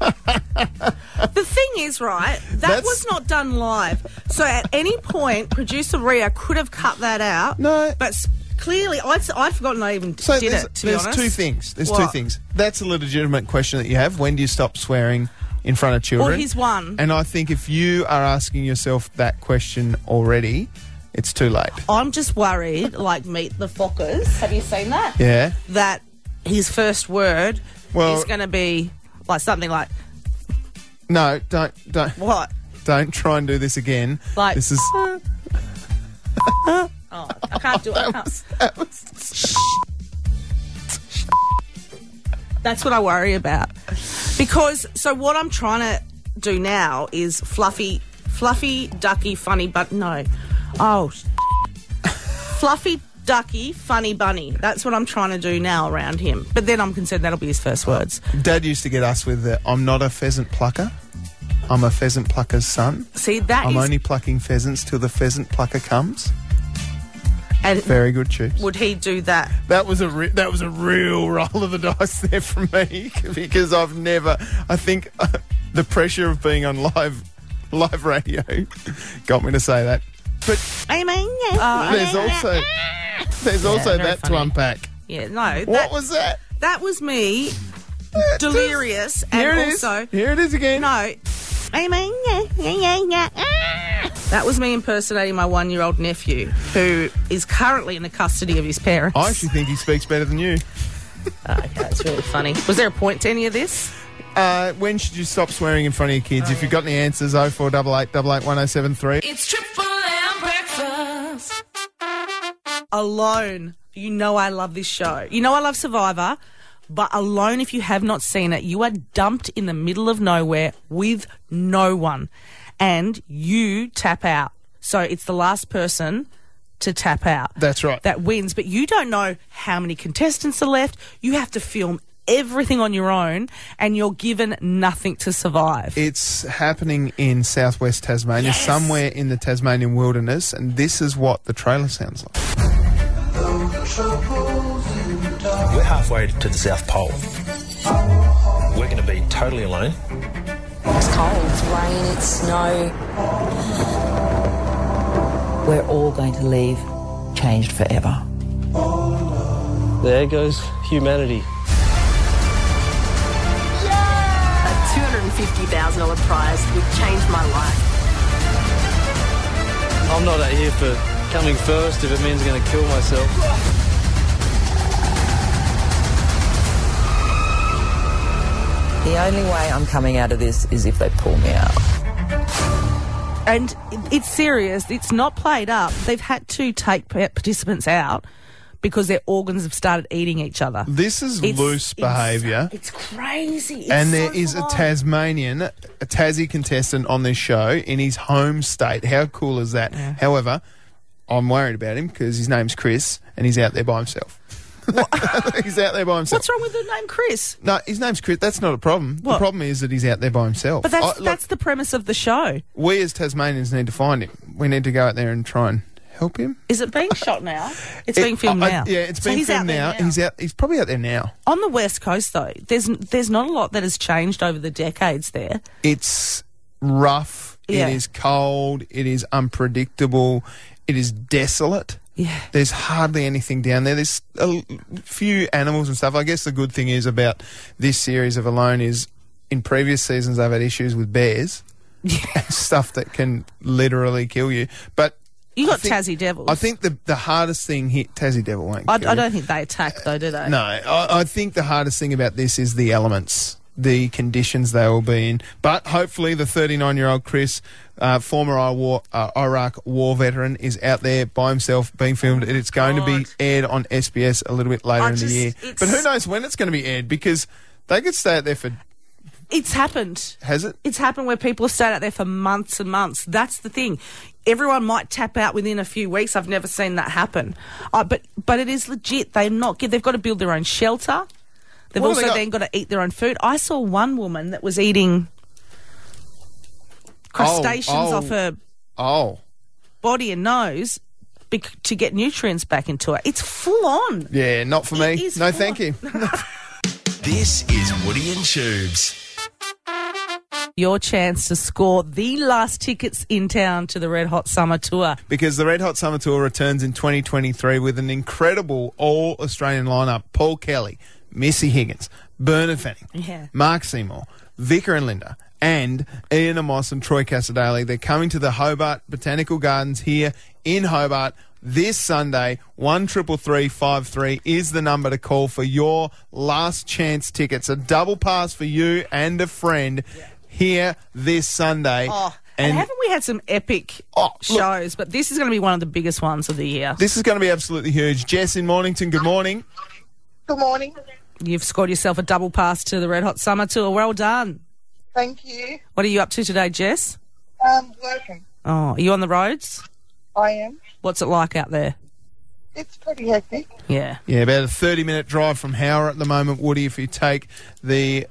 Speaker 3: the thing is, right, that
Speaker 1: That's-
Speaker 3: was not done live. So at any point, producer Ria could have cut that out.
Speaker 1: No.
Speaker 3: But s- clearly, I'd, s- I'd forgotten I even
Speaker 1: So
Speaker 3: did
Speaker 1: there's,
Speaker 3: it, to be
Speaker 1: there's
Speaker 3: honest.
Speaker 1: two things. There's two
Speaker 3: What?
Speaker 1: things. That's a legitimate question that you have. When do you stop swearing in front of children?
Speaker 3: Well, he's one.
Speaker 1: And I think if you are asking yourself that question already, it's too late.
Speaker 3: I'm just worried, like Meet the Fockers. Have you seen that?
Speaker 1: Yeah.
Speaker 3: That his first word
Speaker 1: Well-
Speaker 3: is going to be like something like,
Speaker 1: No, don't don't
Speaker 3: what?
Speaker 1: don't try and do this again.
Speaker 3: Like- ah.
Speaker 1: this is
Speaker 3: Oh, I can't do it. I can't.
Speaker 1: that was
Speaker 3: That's what I worry about. Because so what I'm trying to do now is fluffy, fluffy, ducky, funny, but no, oh, sh- fluffy, ducky, funny bunny. That's what I'm trying to do now around him. But then I'm concerned that'll be his first words.
Speaker 1: Dad used to get us with the I'm not a pheasant plucker. I'm a pheasant plucker's son.
Speaker 3: See, that
Speaker 1: I'm
Speaker 3: is-
Speaker 1: only plucking pheasants till the pheasant plucker comes.
Speaker 3: and
Speaker 1: Very good chips.
Speaker 3: would he do that?
Speaker 1: That was a re- that was a real roll of the dice there for me because I've never. I think uh, the pressure of being on live live radio got me to say that. But
Speaker 3: I mean, Oh, Uh, yeah.
Speaker 1: there's also There's also
Speaker 3: very
Speaker 1: that to
Speaker 3: funny.
Speaker 1: unpack.
Speaker 3: Yeah, no.
Speaker 1: What
Speaker 3: that-
Speaker 1: was that?
Speaker 3: That was me, delirious,
Speaker 1: Here
Speaker 3: and
Speaker 1: it is.
Speaker 3: also
Speaker 1: Here it is again.
Speaker 3: no. I mean, yeah, yeah, yeah, yeah, ah. That was me impersonating my one-year-old nephew, who is currently in the custody of his parents.
Speaker 1: I actually think he speaks better than you.
Speaker 3: That's really funny. Was there a point to any of this?
Speaker 1: Uh, when should you stop swearing in front of your kids? if you've got any answers, 0488 881073.
Speaker 4: It's triple M breakfast.
Speaker 3: Alone, you know I love this show. You know I love Survivor, but Alone, if you have not seen it, you are dumped in the middle of nowhere with no one, and you tap out. So it's the last person to tap out.
Speaker 1: That's right.
Speaker 3: that wins, but you don't know how many contestants are left. You have to film everything on your own, and you're given nothing to survive.
Speaker 1: It's happening in southwest Tasmania, somewhere in the Tasmanian wilderness, and this is what the trailer sounds like.
Speaker 11: We're halfway to the South Pole. We're going to be totally alone.
Speaker 12: It's cold, it's rain, it's snow. We're all going to leave changed forever.
Speaker 13: There goes humanity.
Speaker 14: A $250,000 prize would change my life.
Speaker 13: I'm not out here for coming first if it means going to kill myself.
Speaker 12: The only way I'm coming out of this is if they pull me out.
Speaker 3: and it- it's serious. It's not played up. They've had to take pa- participants out because their organs have started eating each other.
Speaker 1: This is
Speaker 3: It's
Speaker 1: loose behaviour.
Speaker 3: It's crazy. It's
Speaker 1: and
Speaker 3: so
Speaker 1: there is a
Speaker 3: fun.
Speaker 1: Tasmanian, a Tassie contestant on this show in his home state. How cool is that? However, I'm worried about him because his name's Chris and he's out there by himself. he's out there by himself.
Speaker 3: What's wrong with the name Chris?
Speaker 1: No, his name's Chris. That's not a problem. The
Speaker 3: What?
Speaker 1: problem is that he's out there by himself.
Speaker 3: But that's
Speaker 1: I- Oh, look,
Speaker 3: that's the premise of the show.
Speaker 1: we as Tasmanians need to find him. We need to go out there and try and help him.
Speaker 3: Is it being shot now? It's
Speaker 1: It-
Speaker 3: being filmed
Speaker 1: I- I-
Speaker 3: now.
Speaker 1: Yeah, it's
Speaker 3: So
Speaker 1: being
Speaker 3: he's out
Speaker 1: filmed
Speaker 3: there
Speaker 1: now. He's out. He's probably out there now.
Speaker 3: On the west coast, though, there's there's not a lot that has changed over the decades there.
Speaker 1: It's rough.
Speaker 3: Yeah.
Speaker 1: It is cold. It is unpredictable. It is desolate.
Speaker 3: Yeah.
Speaker 1: There's hardly anything down there. There's a l- few animals and stuff. I guess the good thing is about this series of Alone is in previous seasons they've had issues with bears and stuff that can literally kill you. But
Speaker 3: You
Speaker 1: I
Speaker 3: got
Speaker 1: think-
Speaker 3: Tassie Devils.
Speaker 1: I think the the hardest thing here, Tassie Devil won't.
Speaker 3: I,
Speaker 1: kill
Speaker 3: I
Speaker 1: you.
Speaker 3: don't think they attack though, do they?
Speaker 1: No, I, I think the hardest thing about this is the elements, the conditions they will be in. But hopefully, the 39 year old Chris, uh, former I war, uh, Iraq war veteran, is out there by himself being filmed. And it's going to be aired on SBS a little bit later
Speaker 3: I
Speaker 1: in
Speaker 3: just-
Speaker 1: the year.
Speaker 3: it's-
Speaker 1: But who knows when it's going to be aired because they could stay out there for.
Speaker 3: It's happened.
Speaker 1: Has it?
Speaker 3: It's happened where people have stayed out there for months and months. That's the thing. Everyone might tap out within a few weeks. I've never seen that happen. Uh, but but it is legit. They're not. gi- They've got to build their own shelter. They've
Speaker 1: What have
Speaker 3: also
Speaker 1: they got?
Speaker 3: then got to eat their own food. I saw one woman that was eating crustaceans
Speaker 1: oh.
Speaker 3: off her
Speaker 1: Oh.
Speaker 3: body and nose bec- to get nutrients back into it. It's full on.
Speaker 1: Yeah, not for
Speaker 3: It
Speaker 1: me.
Speaker 3: is
Speaker 1: No,
Speaker 3: full
Speaker 1: thank
Speaker 3: on.
Speaker 1: you.
Speaker 2: This is Woody and Tubes.
Speaker 3: Your chance to score the last tickets in town to the Red Hot Summer Tour.
Speaker 1: because the Red Hot Summer Tour returns in 2023 with an incredible all Australian lineup Paul Kelly, Missy Higgins, Bernard Fanning,
Speaker 3: Yeah.
Speaker 1: Mark Seymour, Vicar and Linda, and Ian Amos and Troy Casadale. They're coming to the Hobart Botanical Gardens here in Hobart. This Sunday, one triple three five three is the number to call for your last chance tickets. A double pass for you and a friend here this Sunday.
Speaker 3: Oh, and, haven't we had some epic
Speaker 1: Oh, look.
Speaker 3: shows? But this is going to be one of the biggest ones of the year.
Speaker 1: This is going to be absolutely huge. Jess in Mornington, good morning.
Speaker 15: Good morning.
Speaker 3: You've scored yourself a double pass to the Red Hot Summer Tour. Well done.
Speaker 15: Thank you.
Speaker 3: What are you up to today, Jess?
Speaker 15: Um, working.
Speaker 3: Oh, are you on the roads?
Speaker 15: I am.
Speaker 3: What's it like out there?
Speaker 15: It's pretty hectic.
Speaker 3: Yeah.
Speaker 1: Yeah, about a 30 minute drive from Howrah at the moment, Woody, if you take the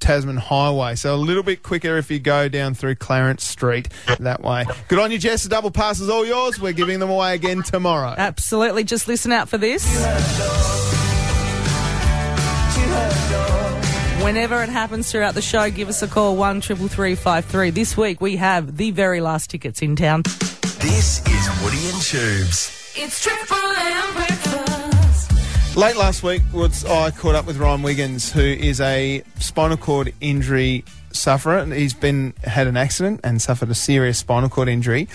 Speaker 1: Tasman Highway. So a little bit quicker if you go down through Clarence Street that way. Good on you, Jess. The double pass is all yours. We're giving them away again tomorrow.
Speaker 3: Absolutely. Just listen out for this. Whenever it happens throughout the show, give us a call one triple three five three. This week we have the very last tickets in town.
Speaker 2: This is Woody and Tubes.
Speaker 4: It's triple M breakfast.
Speaker 1: Late last week, was, I caught up with Ryan Wiggins, who is a spinal cord injury sufferer, and he's been had an accident and suffered a serious spinal cord injury.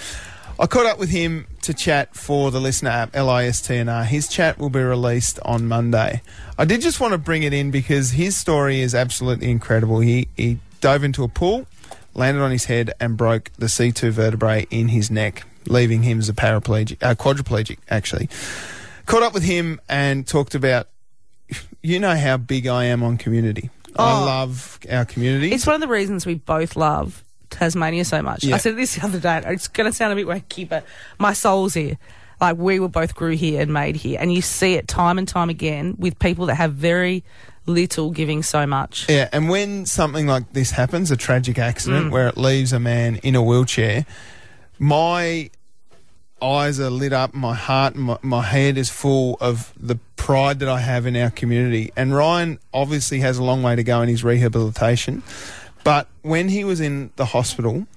Speaker 1: I caught up with him to chat for the listener app LISTNR. His chat will be released on Monday. I did just want to bring it in because his story is absolutely incredible. He he dove into a pool, landed on his head, and broke the C2 vertebrae in his neck, leaving him as a paraplegic, uh, quadriplegic actually caught up with him and talked about you know how big I am on community. I
Speaker 3: Oh.
Speaker 1: love our community.
Speaker 3: It's one of the reasons we both love Tasmania so much.
Speaker 1: Yeah.
Speaker 3: I said this the other day, and it's going to sound a bit wacky, but my soul's here. Like, we were both grew here and made here. And you see it time and time again with people that have very little giving so much.
Speaker 1: Yeah, and when something like this happens, a tragic accident where it leaves a man in a wheelchair, my eyes are lit up, my heart, and my, my head is full of the pride that I have in our community. And Ryan obviously has a long way to go in his rehabilitation, but when he was in the hospital,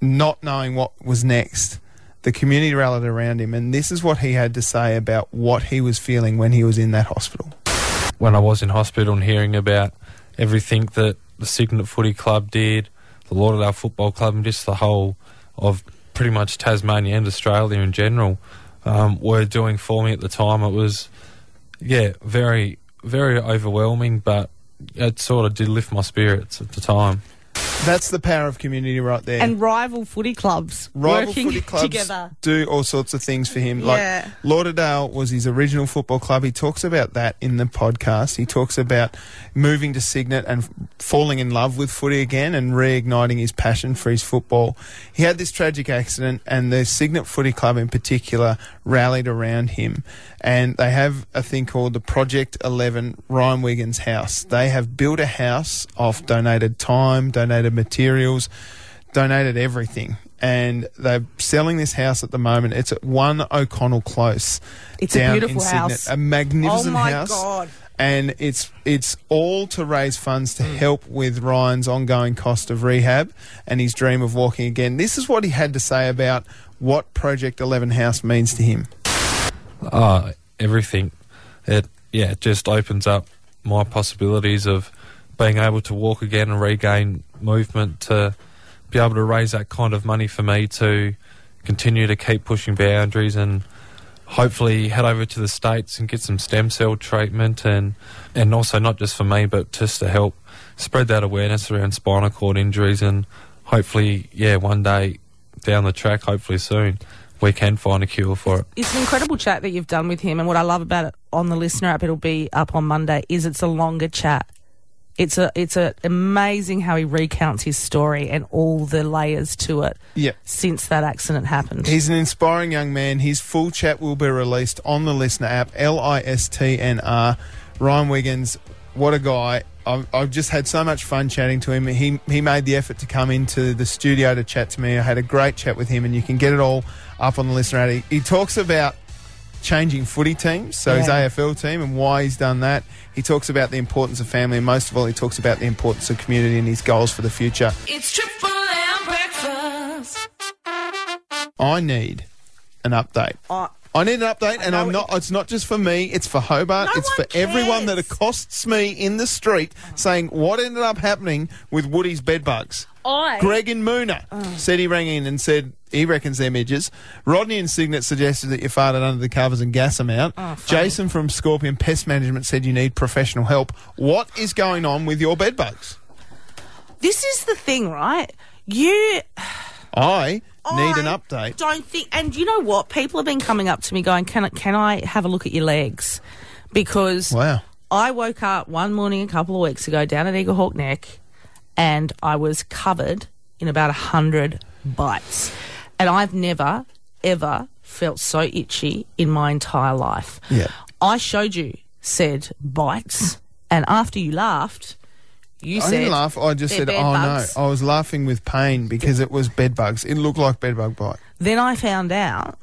Speaker 1: not knowing what was next, the community rallied around him, and this is what he had to say about what he was feeling when he was in that hospital.
Speaker 16: when I was in hospital and hearing about everything that the Signet Footy Club did, the Lauderdale Football Club, and just the whole of pretty much Tasmania and Australia in general um, were doing for me at the time. It was, yeah, very, very overwhelming, but it sort of did lift my spirits at the time.
Speaker 1: That's the power of community right there.
Speaker 3: And rival footy clubs
Speaker 1: rival
Speaker 3: working
Speaker 1: footy clubs
Speaker 3: together.
Speaker 1: do all sorts of things for him.
Speaker 3: Yeah.
Speaker 1: Like Lauderdale was his original football club. He talks about that in the podcast. He talks about moving to Signet and f- falling in love with footy again and reigniting his passion for his football. He had this tragic accident, and the Signet Footy Club in particular rallied around him. And they have a thing called the Project 11 Ryan Wiggins House. They have built a house off donated time, donated materials donated everything. And they're selling this house at the moment. It's at One O'Connell Close.
Speaker 3: It's a beautiful house.
Speaker 1: A magnificent
Speaker 3: Oh my
Speaker 1: house.
Speaker 3: God.
Speaker 1: And it's it's all to raise funds to
Speaker 3: Mm.
Speaker 1: help with Ryan's ongoing cost of rehab and his dream of walking again. This is what he had to say about what Project Eleven House means to him.
Speaker 16: uh, everything. It yeah, it just opens up my possibilities of being able to walk again and regain movement to be able to raise that kind of money for me to continue to keep pushing boundaries and hopefully head over to the states and get some stem cell treatment and and also not just for me but just to help spread that awareness around spinal cord injuries and hopefully yeah one day down the track hopefully soon we can find a cure for it
Speaker 3: It's an incredible chat that you've done with him, and what I love about it on the listener app, it'll be up on Monday, is it's a longer chat. It's a it's a amazing how he recounts his story and all the layers to it
Speaker 1: Yeah.
Speaker 3: since that accident happened.
Speaker 1: He's an inspiring young man. His full chat will be released on the listener app, L I S T N R. Ryan Wiggins, what a guy. I've, I've just had so much fun chatting to him. He, he made the effort to come into the studio to chat to me. I had a great chat with him, and you can get it all up on the listener app. He, he talks about changing footy teams, so his
Speaker 16: Yeah.
Speaker 1: AFL team, and why he's done that. He talks about the importance of family, and most of all, he talks about the importance of community and his goals for the future.
Speaker 4: It's Triple M breakfast.
Speaker 1: I need an update. I need an update, and I'm not. It's not just for me. It's for Hobart. it's for everyone that accosts me in the street, saying what ended up happening with Woody's bedbugs.
Speaker 3: I-
Speaker 1: Greg and Moona said he rang in and said he reckons they're midges. Rodney and Signet suggested that you farted under the covers and gas them out.
Speaker 3: Oh, funny.
Speaker 1: Jason from Scorpion Pest Management said you need professional help. What is going on with your bedbugs?
Speaker 3: This is the thing, right? You
Speaker 1: I need an
Speaker 3: I
Speaker 1: update.
Speaker 3: Don't think. And you know what? People have been coming up to me going, "Can I, can I have a look at your legs?" Because
Speaker 1: Wow.
Speaker 3: I woke up one morning a couple of weeks ago down at Eagle Hawk Neck, and I was covered in about a hundred bites, and I've never ever felt so itchy in my entire life.
Speaker 1: Yeah.
Speaker 3: I showed you said bites, and after you laughed, you
Speaker 1: I
Speaker 3: said,
Speaker 1: didn't laugh. I just
Speaker 3: "They're
Speaker 1: said,
Speaker 3: bed
Speaker 1: "Oh
Speaker 3: bugs."
Speaker 1: no!" I was laughing with pain because it was bed bugs. It looked like bed bug bite.
Speaker 3: Then I found out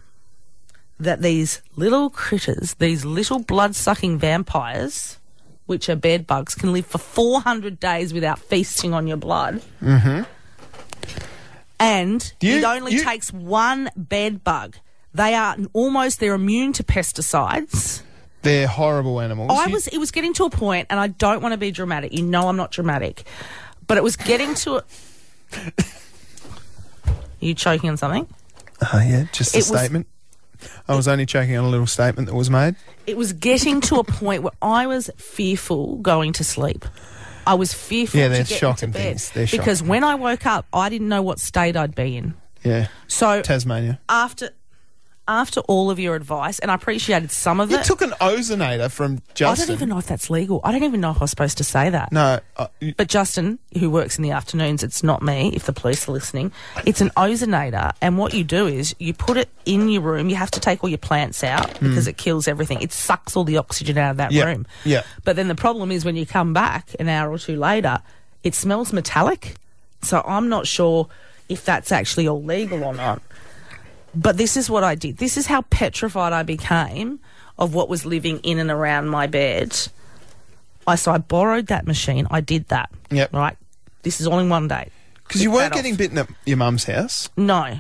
Speaker 3: that these little critters, these little blood sucking vampires, which are bed bugs, can live for 400 days without feasting on your blood.
Speaker 1: Mm-hmm.
Speaker 3: And
Speaker 1: You-
Speaker 3: it only
Speaker 1: you-
Speaker 3: takes one bed bug. They are almost, they're immune to pesticides.
Speaker 1: They're horrible animals.
Speaker 3: I
Speaker 1: You-
Speaker 3: was. It was getting to a point, and I don't want to be dramatic. You know, I'm not dramatic, but it was getting to. A... you choking on something?
Speaker 1: Uh, yeah, just a
Speaker 3: It was-
Speaker 1: statement. I was only checking on a little statement that was made.
Speaker 3: It was getting to a point where I was fearful going to sleep. I was fearful.
Speaker 1: Yeah,
Speaker 3: to
Speaker 1: they're
Speaker 3: get
Speaker 1: shocking
Speaker 3: into bed
Speaker 1: things. They're
Speaker 3: because
Speaker 1: shocking.
Speaker 3: when I woke up, I didn't know what state I'd be in.
Speaker 1: Yeah.
Speaker 3: So
Speaker 1: Tasmania.
Speaker 3: after after all of your advice, and I appreciated some of
Speaker 1: You
Speaker 3: it.
Speaker 1: took an ozonator from Justin.
Speaker 3: I don't even know if that's legal. I don't even know if I was supposed to say that.
Speaker 1: No. Uh,
Speaker 3: But Justin, who works in the afternoons, it's not me. If the police are listening, it's an ozonator, and what you do is you put it in your room. You have to take all your plants out because it kills everything. It sucks all the oxygen out of that
Speaker 1: Hmm. yeah.
Speaker 3: room.
Speaker 1: Yeah.
Speaker 3: But then the problem is when you come back an hour or two later, it smells metallic. So I'm not sure if that's actually all legal or not. But this is what I did. This is how petrified I became of what was living in and around my bed. I so I borrowed that machine. I did that.
Speaker 1: Yep.
Speaker 3: Right. This is all in one day.
Speaker 1: Because you
Speaker 3: Pick
Speaker 1: weren't
Speaker 3: that off.
Speaker 1: getting bitten at your mum's house.
Speaker 3: No.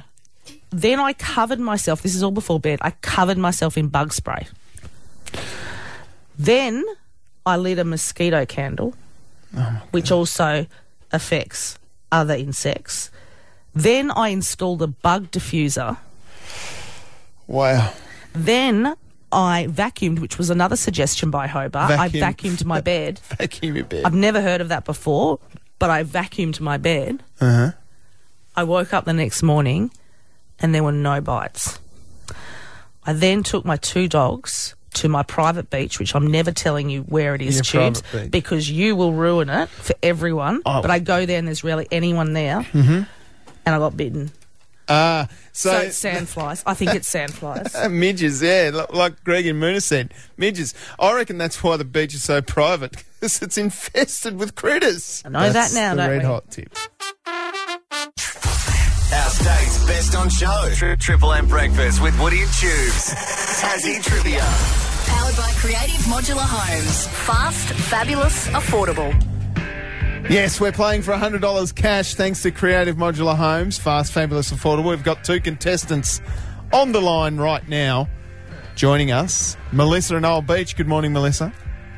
Speaker 3: Then I covered myself. This is all before bed. I covered myself in bug spray. Then I lit a mosquito candle, which also affects other insects. Then I installed a bug diffuser.
Speaker 1: Wow.
Speaker 3: Then I vacuumed, which was another suggestion by Hobart. I
Speaker 1: Vacuum.
Speaker 3: vacuumed my bed.
Speaker 1: Vacuum your bed.
Speaker 3: I've never heard of that before, but I vacuumed my bed.
Speaker 1: Uh huh.
Speaker 3: I woke up the next morning and there were no bites. I then took my two dogs to my private beach, which I'm never telling you where it is,
Speaker 1: Your
Speaker 3: Tubes,
Speaker 1: private beach. Oh.
Speaker 3: because you will ruin it for everyone. But I go there and there's rarely anyone there,
Speaker 1: Mm
Speaker 3: and I got bitten.
Speaker 1: hmm. Uh,
Speaker 3: So,
Speaker 1: so. uh,
Speaker 3: it's sand flies. I think it's sand flies.
Speaker 1: midges, yeah. li- Like Greg and Moona said, midges. I reckon that's why the beach is so private, because it's infested with critters. I
Speaker 3: know that
Speaker 1: that's
Speaker 3: now,
Speaker 1: the
Speaker 3: don't
Speaker 1: red
Speaker 3: we?
Speaker 1: hot tip.
Speaker 2: Our state's best on show. Tri- Triple M breakfast with Woody and Tubes. Tassie trivia.
Speaker 14: Powered by Creative Modular Homes. Fast, fabulous, affordable.
Speaker 1: Yes, we're playing for $100 cash thanks to Creative Modular Homes, fast, fabulous, affordable. We've got two contestants on the line right now joining us Melissa and Old Beach. Good morning, Melissa.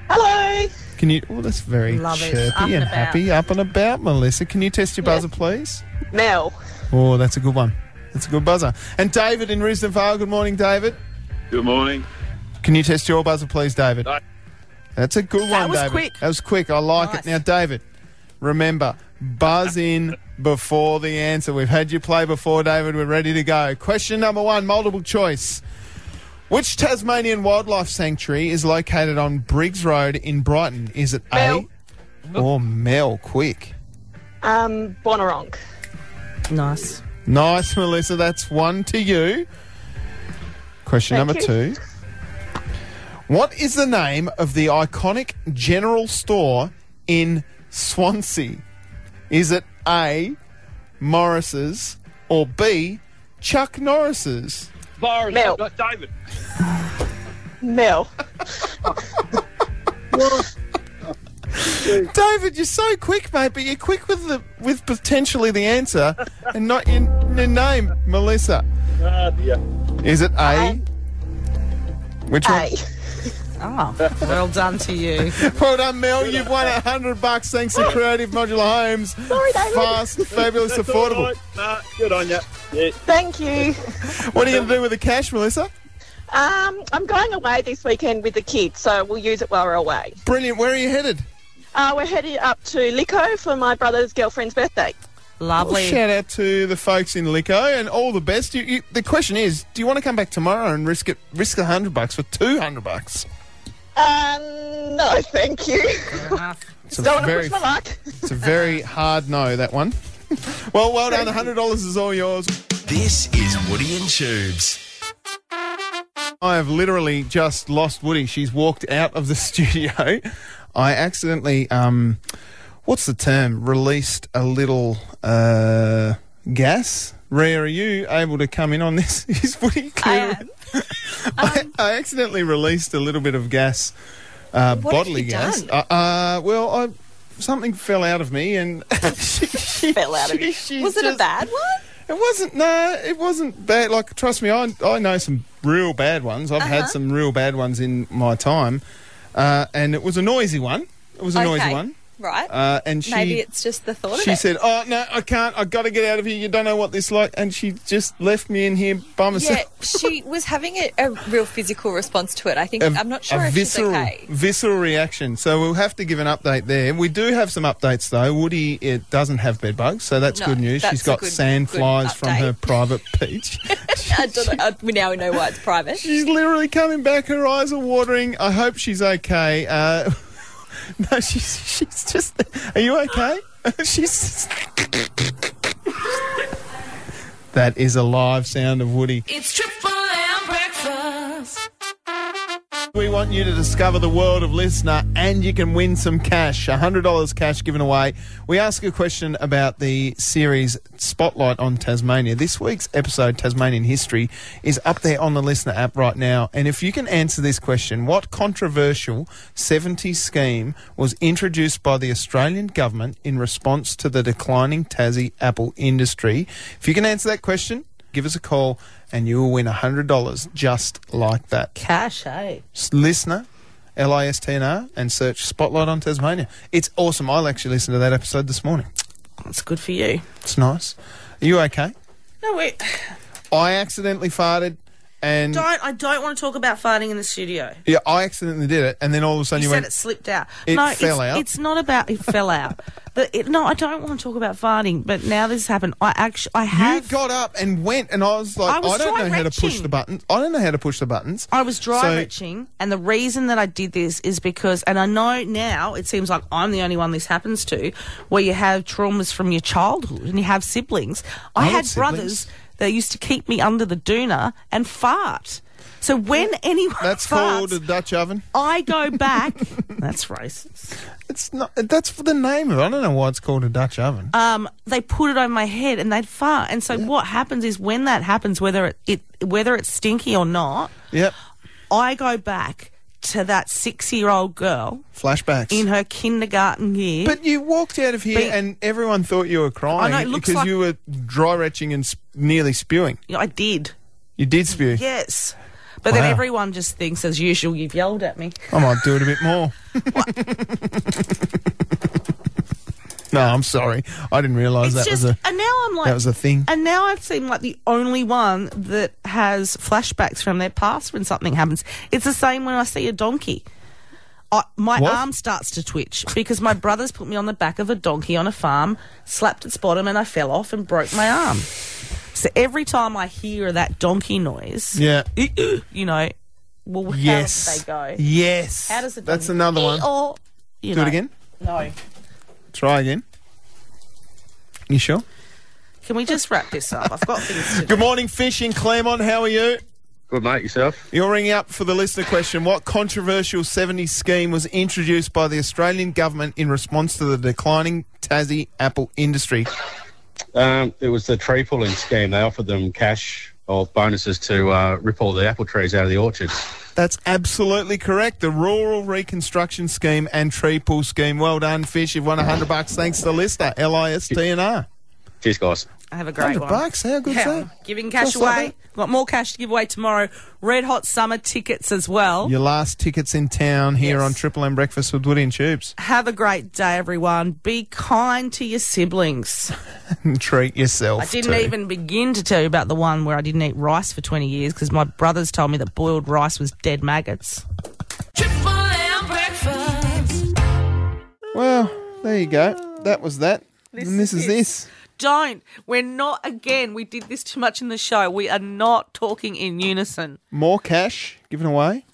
Speaker 17: Hello.
Speaker 1: Can you? Oh, that's very
Speaker 17: Love it.
Speaker 1: chirpy
Speaker 17: Up and
Speaker 1: and,
Speaker 17: about.
Speaker 1: happy. Up and about, Melissa. Can you test your buzzer, please?
Speaker 17: Mel.
Speaker 1: Oh, that's a good one. That's a good buzzer. And David in Risdon Vale. Good morning, David.
Speaker 18: Good morning.
Speaker 1: Can you test your buzzer, please, David? That's a good one,
Speaker 18: was
Speaker 1: David.
Speaker 18: quick.
Speaker 1: That was quick. I like it. Now, David, remember, buzz in before the answer. We've had you play before, David. We're ready to go. Question number one, multiple choice. Which Tasmanian wildlife sanctuary is located on Briggs Road in Brighton? Is it A or Mel? Quick.
Speaker 17: Um, Bonorong.
Speaker 3: Nice.
Speaker 1: Nice, Melissa. That's one to you. Question
Speaker 17: Thank
Speaker 1: number
Speaker 17: you.
Speaker 1: two. What is the name of the iconic general store in Swansea? Is it A. Morris's or B. Chuck Norris's?
Speaker 18: Boris,
Speaker 17: Mel.
Speaker 18: not David.
Speaker 17: Mel.
Speaker 1: David, you're so quick, mate, but you're quick with the with potentially the answer and not your, your name, Melissa.
Speaker 18: Ah, dear.
Speaker 1: Is it A? Which one?
Speaker 3: oh, well done to you.
Speaker 1: Well done, Mel. You've won a hundred bucks thanks to Creative Modular Homes. Fast, fabulous,
Speaker 18: That's
Speaker 1: affordable.
Speaker 18: all right. Nah, good on you. Yeah.
Speaker 17: Thank you.
Speaker 1: What are you going to do with the cash, Melissa?
Speaker 17: Um, I'm going away this weekend with the kids, so we'll use it while we're away.
Speaker 1: Brilliant. Where are you headed?
Speaker 17: Uh, we're headed up to Lico for my brother's girlfriend's birthday.
Speaker 1: Well, shout out to the folks in Lico and all the best. You, you, the question is, do you want to come back tomorrow and risk it, risk a hundred bucks for two hundred bucks?
Speaker 15: Uh,
Speaker 17: Um, no, thank you.
Speaker 1: It's a
Speaker 17: Don't want to
Speaker 1: very-
Speaker 17: push my luck.
Speaker 1: It's a very hard no, that one. well, well done. hundred dollars is all yours.
Speaker 2: This is Woody and Tubes.
Speaker 1: I have literally just lost Woody. She's walked out of the studio. I accidentally, um, what's the term? Released a little uh, gas. Ray, are you able to come in on this? Is Woody clear? I,
Speaker 18: Um,
Speaker 1: I accidentally released a little bit of gas, uh,
Speaker 18: What have
Speaker 1: bodily
Speaker 18: you
Speaker 1: gas.
Speaker 18: done?
Speaker 1: Uh, uh, well, I, something fell out of me and she, fell
Speaker 18: out of you. Was it a bad
Speaker 1: one? It wasn't. No, it wasn't bad. Like, trust me, I I know some real bad ones. I've
Speaker 19: Uh-huh.
Speaker 1: had some real bad ones in my time, uh, and it was a noisy one. It was a noisy
Speaker 19: Okay.
Speaker 1: one.
Speaker 19: Right.
Speaker 1: Uh, and she
Speaker 19: Maybe it's just the thought
Speaker 1: she
Speaker 19: of it.
Speaker 1: said, "Oh no, I can't. I got to get out of here. You don't know what this like." And she just left me in here by myself.
Speaker 19: yeah, she was having a, a real physical response to it. I think
Speaker 1: i
Speaker 19: i I'm not sure if
Speaker 1: visceral,
Speaker 19: she's okay.
Speaker 1: Visceral reaction. So we'll have to give an update there. We do have some updates though. Woody it doesn't have bed bugs, so that's
Speaker 19: No,
Speaker 1: good news.
Speaker 19: that's
Speaker 1: She's
Speaker 19: a
Speaker 1: got
Speaker 19: good-
Speaker 1: sand
Speaker 19: good
Speaker 1: flies from
Speaker 19: update.
Speaker 1: her private peach.
Speaker 19: I don't know, uh, we now know why it's private.
Speaker 1: she's literally coming back. Her eyes are watering. I hope she's okay. Uh, no, she's she's just. Are you okay? she's. that is a live sound of Woody.
Speaker 4: It's Triple M breakfast.
Speaker 1: We want you to discover the world of listener and you can win some cash. $100 cash given away. We ask a question about the series Spotlight on Tasmania. This week's episode, Tasmanian History, is up there on the listener app right now. And if you can answer this question, what controversial 70 scheme was introduced by the Australian government in response to the declining Tassie apple industry? If you can answer that question, give us a call and you will win $100 just like that
Speaker 3: Cash, eh? hey.
Speaker 1: s- listener, L I S T N R, and search Spotlight on Tasmania. It's awesome. I'll actually listen to that episode this morning.
Speaker 3: It's good for you.
Speaker 1: It's nice. Are you okay?
Speaker 3: No, wait.
Speaker 1: I accidentally farted, and
Speaker 3: Don't. I don't want to talk about farting in the studio.
Speaker 1: yeah, I accidentally did it, and then all of a sudden
Speaker 3: You
Speaker 1: you,
Speaker 3: said
Speaker 1: went.
Speaker 3: it slipped out.
Speaker 1: It
Speaker 3: no,
Speaker 1: fell
Speaker 3: it's,
Speaker 1: out.
Speaker 3: It's not about it fell out. The, it, no, I don't want to talk about farting. But now this happened. I actually, I
Speaker 1: You
Speaker 3: have.
Speaker 1: got up and went, and I was like,
Speaker 3: I was
Speaker 1: don't know how to push
Speaker 3: dry-retching.
Speaker 1: the buttons. I don't know how to push the buttons.
Speaker 3: I was dry
Speaker 1: So-
Speaker 3: retching, and the reason that I did this is because, and I know now it seems like I'm the only one this happens to, where you have traumas from your childhood and you have siblings. I,
Speaker 1: I
Speaker 3: had
Speaker 1: had
Speaker 3: brothers
Speaker 1: siblings.
Speaker 3: that used to keep me under the doona and fart. So when anyone
Speaker 1: That's
Speaker 3: farts,
Speaker 1: called a Dutch oven.
Speaker 3: I go back. that's racist.
Speaker 1: It's not. That's for the name of it. I don't know why it's called a Dutch oven.
Speaker 3: um, they put it on my head and they'd fart. And so what happens is when that happens, whether it, it whether it's stinky or not,
Speaker 1: Yep.
Speaker 3: I go back to that six year old girl
Speaker 1: Flashbacks.
Speaker 3: in her kindergarten year.
Speaker 1: But you walked out of here
Speaker 3: But-
Speaker 1: and everyone thought you were crying
Speaker 3: I know, it looks
Speaker 1: because
Speaker 3: like-
Speaker 1: you were dry retching and sp- nearly spewing.
Speaker 3: You know, I did.
Speaker 1: You did spew.
Speaker 3: Yes. But then
Speaker 1: Wow. Oh,
Speaker 3: everyone just thinks, as usual, you've yelled at me.
Speaker 1: I might do it a bit more. no, I'm sorry. I didn't realise
Speaker 3: It's
Speaker 1: that
Speaker 3: just,
Speaker 1: was a.
Speaker 3: and now I'm like,
Speaker 1: that was a thing.
Speaker 3: And now I've seemed like the only one that has flashbacks from their past when something happens. It's the same when I see a donkey. I, my
Speaker 1: What?
Speaker 3: arm starts to twitch because my brothers put me on the back of a donkey on a farm, slapped its bottom, and I fell off and broke my arm. So every time I hear that donkey noise,
Speaker 1: Yeah.
Speaker 3: you know, well, how
Speaker 1: Yes.
Speaker 3: do they go?
Speaker 1: Yes.
Speaker 3: How does it? Oh.
Speaker 1: That's another one.
Speaker 3: Or, you
Speaker 1: Do it
Speaker 3: know.
Speaker 1: again.
Speaker 3: No.
Speaker 1: Try again. You sure?
Speaker 3: Can we just wrap this up? I've got things to do.
Speaker 1: Good morning, Fish in Claremont. How are you?
Speaker 9: Good mate yourself.
Speaker 1: You're ringing up for the listener question. What controversial 70 scheme was introduced by the Australian government in response to the declining Tassie apple industry?
Speaker 20: Um, it was the tree pulling scheme. They offered them cash or bonuses to uh, rip all the apple trees out of the orchards.
Speaker 1: That's absolutely correct. The rural reconstruction scheme and tree pull scheme. Well done, Fish. You've won 100 bucks thanks to Lister, L I S T N R.
Speaker 20: Cheers, guys.
Speaker 3: I have a great
Speaker 1: 100
Speaker 3: one.
Speaker 1: bucks? How good's
Speaker 3: Yeah,
Speaker 1: that?
Speaker 3: Giving cash
Speaker 1: Just like
Speaker 3: away. Got more cash to give away tomorrow. Red hot summer tickets as well.
Speaker 1: Your last tickets in town here
Speaker 3: Yes.
Speaker 1: on Triple M Breakfast with Woody and Tubes.
Speaker 3: Have a great day, everyone. Be kind to your siblings.
Speaker 1: Treat yourself.
Speaker 3: I didn't
Speaker 1: too.
Speaker 3: even begin to tell you about the one where I didn't eat rice for 20 years because my brothers told me that boiled rice was dead maggots.
Speaker 4: Triple M breakfast.
Speaker 1: Well, there you go. That was that. and this is this.
Speaker 3: Don't. We're not, again, we did this too much in the show. We are not talking in unison.
Speaker 1: More cash given away.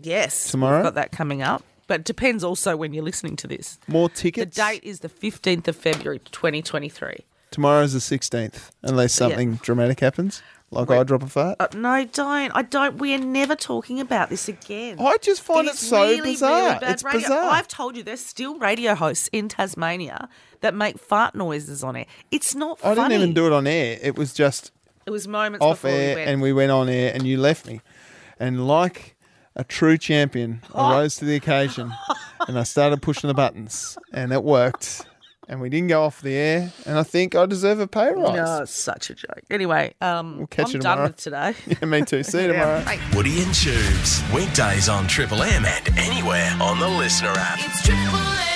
Speaker 3: Yes.
Speaker 1: Tomorrow?
Speaker 3: We've got that coming up. But it depends also when you're listening to this.
Speaker 1: More tickets.
Speaker 3: The date is the 15th of February, 2023.
Speaker 1: Tomorrow's the 16th, unless
Speaker 3: Yeah.
Speaker 1: something dramatic happens, like I drop a fart.
Speaker 3: Uh, no, don't. I don't. We are never talking about this again.
Speaker 1: I just find it
Speaker 3: is
Speaker 1: so bizarre.
Speaker 3: bad
Speaker 1: It's
Speaker 3: radio.
Speaker 1: bizarre.
Speaker 3: I've told you there's still radio hosts in Tasmania that make fart noises on it. It's not
Speaker 1: I
Speaker 3: funny.
Speaker 1: didn't even do it on air. It was just
Speaker 3: It was moments
Speaker 1: off
Speaker 3: before
Speaker 1: air
Speaker 3: we went.
Speaker 1: and we went on air and you left me. And like a true
Speaker 3: Oh.
Speaker 1: champion, I rose to the occasion and I started pushing the buttons and it worked. and we didn't go off the air, and I think I deserve a pay rise.
Speaker 3: No, it's such a joke. Anyway, um,
Speaker 1: We'll catch
Speaker 3: I'm
Speaker 1: you
Speaker 3: done
Speaker 1: tomorrow.
Speaker 3: with today.
Speaker 1: Yeah, me too. See you
Speaker 3: Yeah,
Speaker 1: tomorrow.
Speaker 3: bye.
Speaker 2: Woody and Tubes. Weekdays on Triple M and anywhere on the listener app.
Speaker 4: It's Triple M.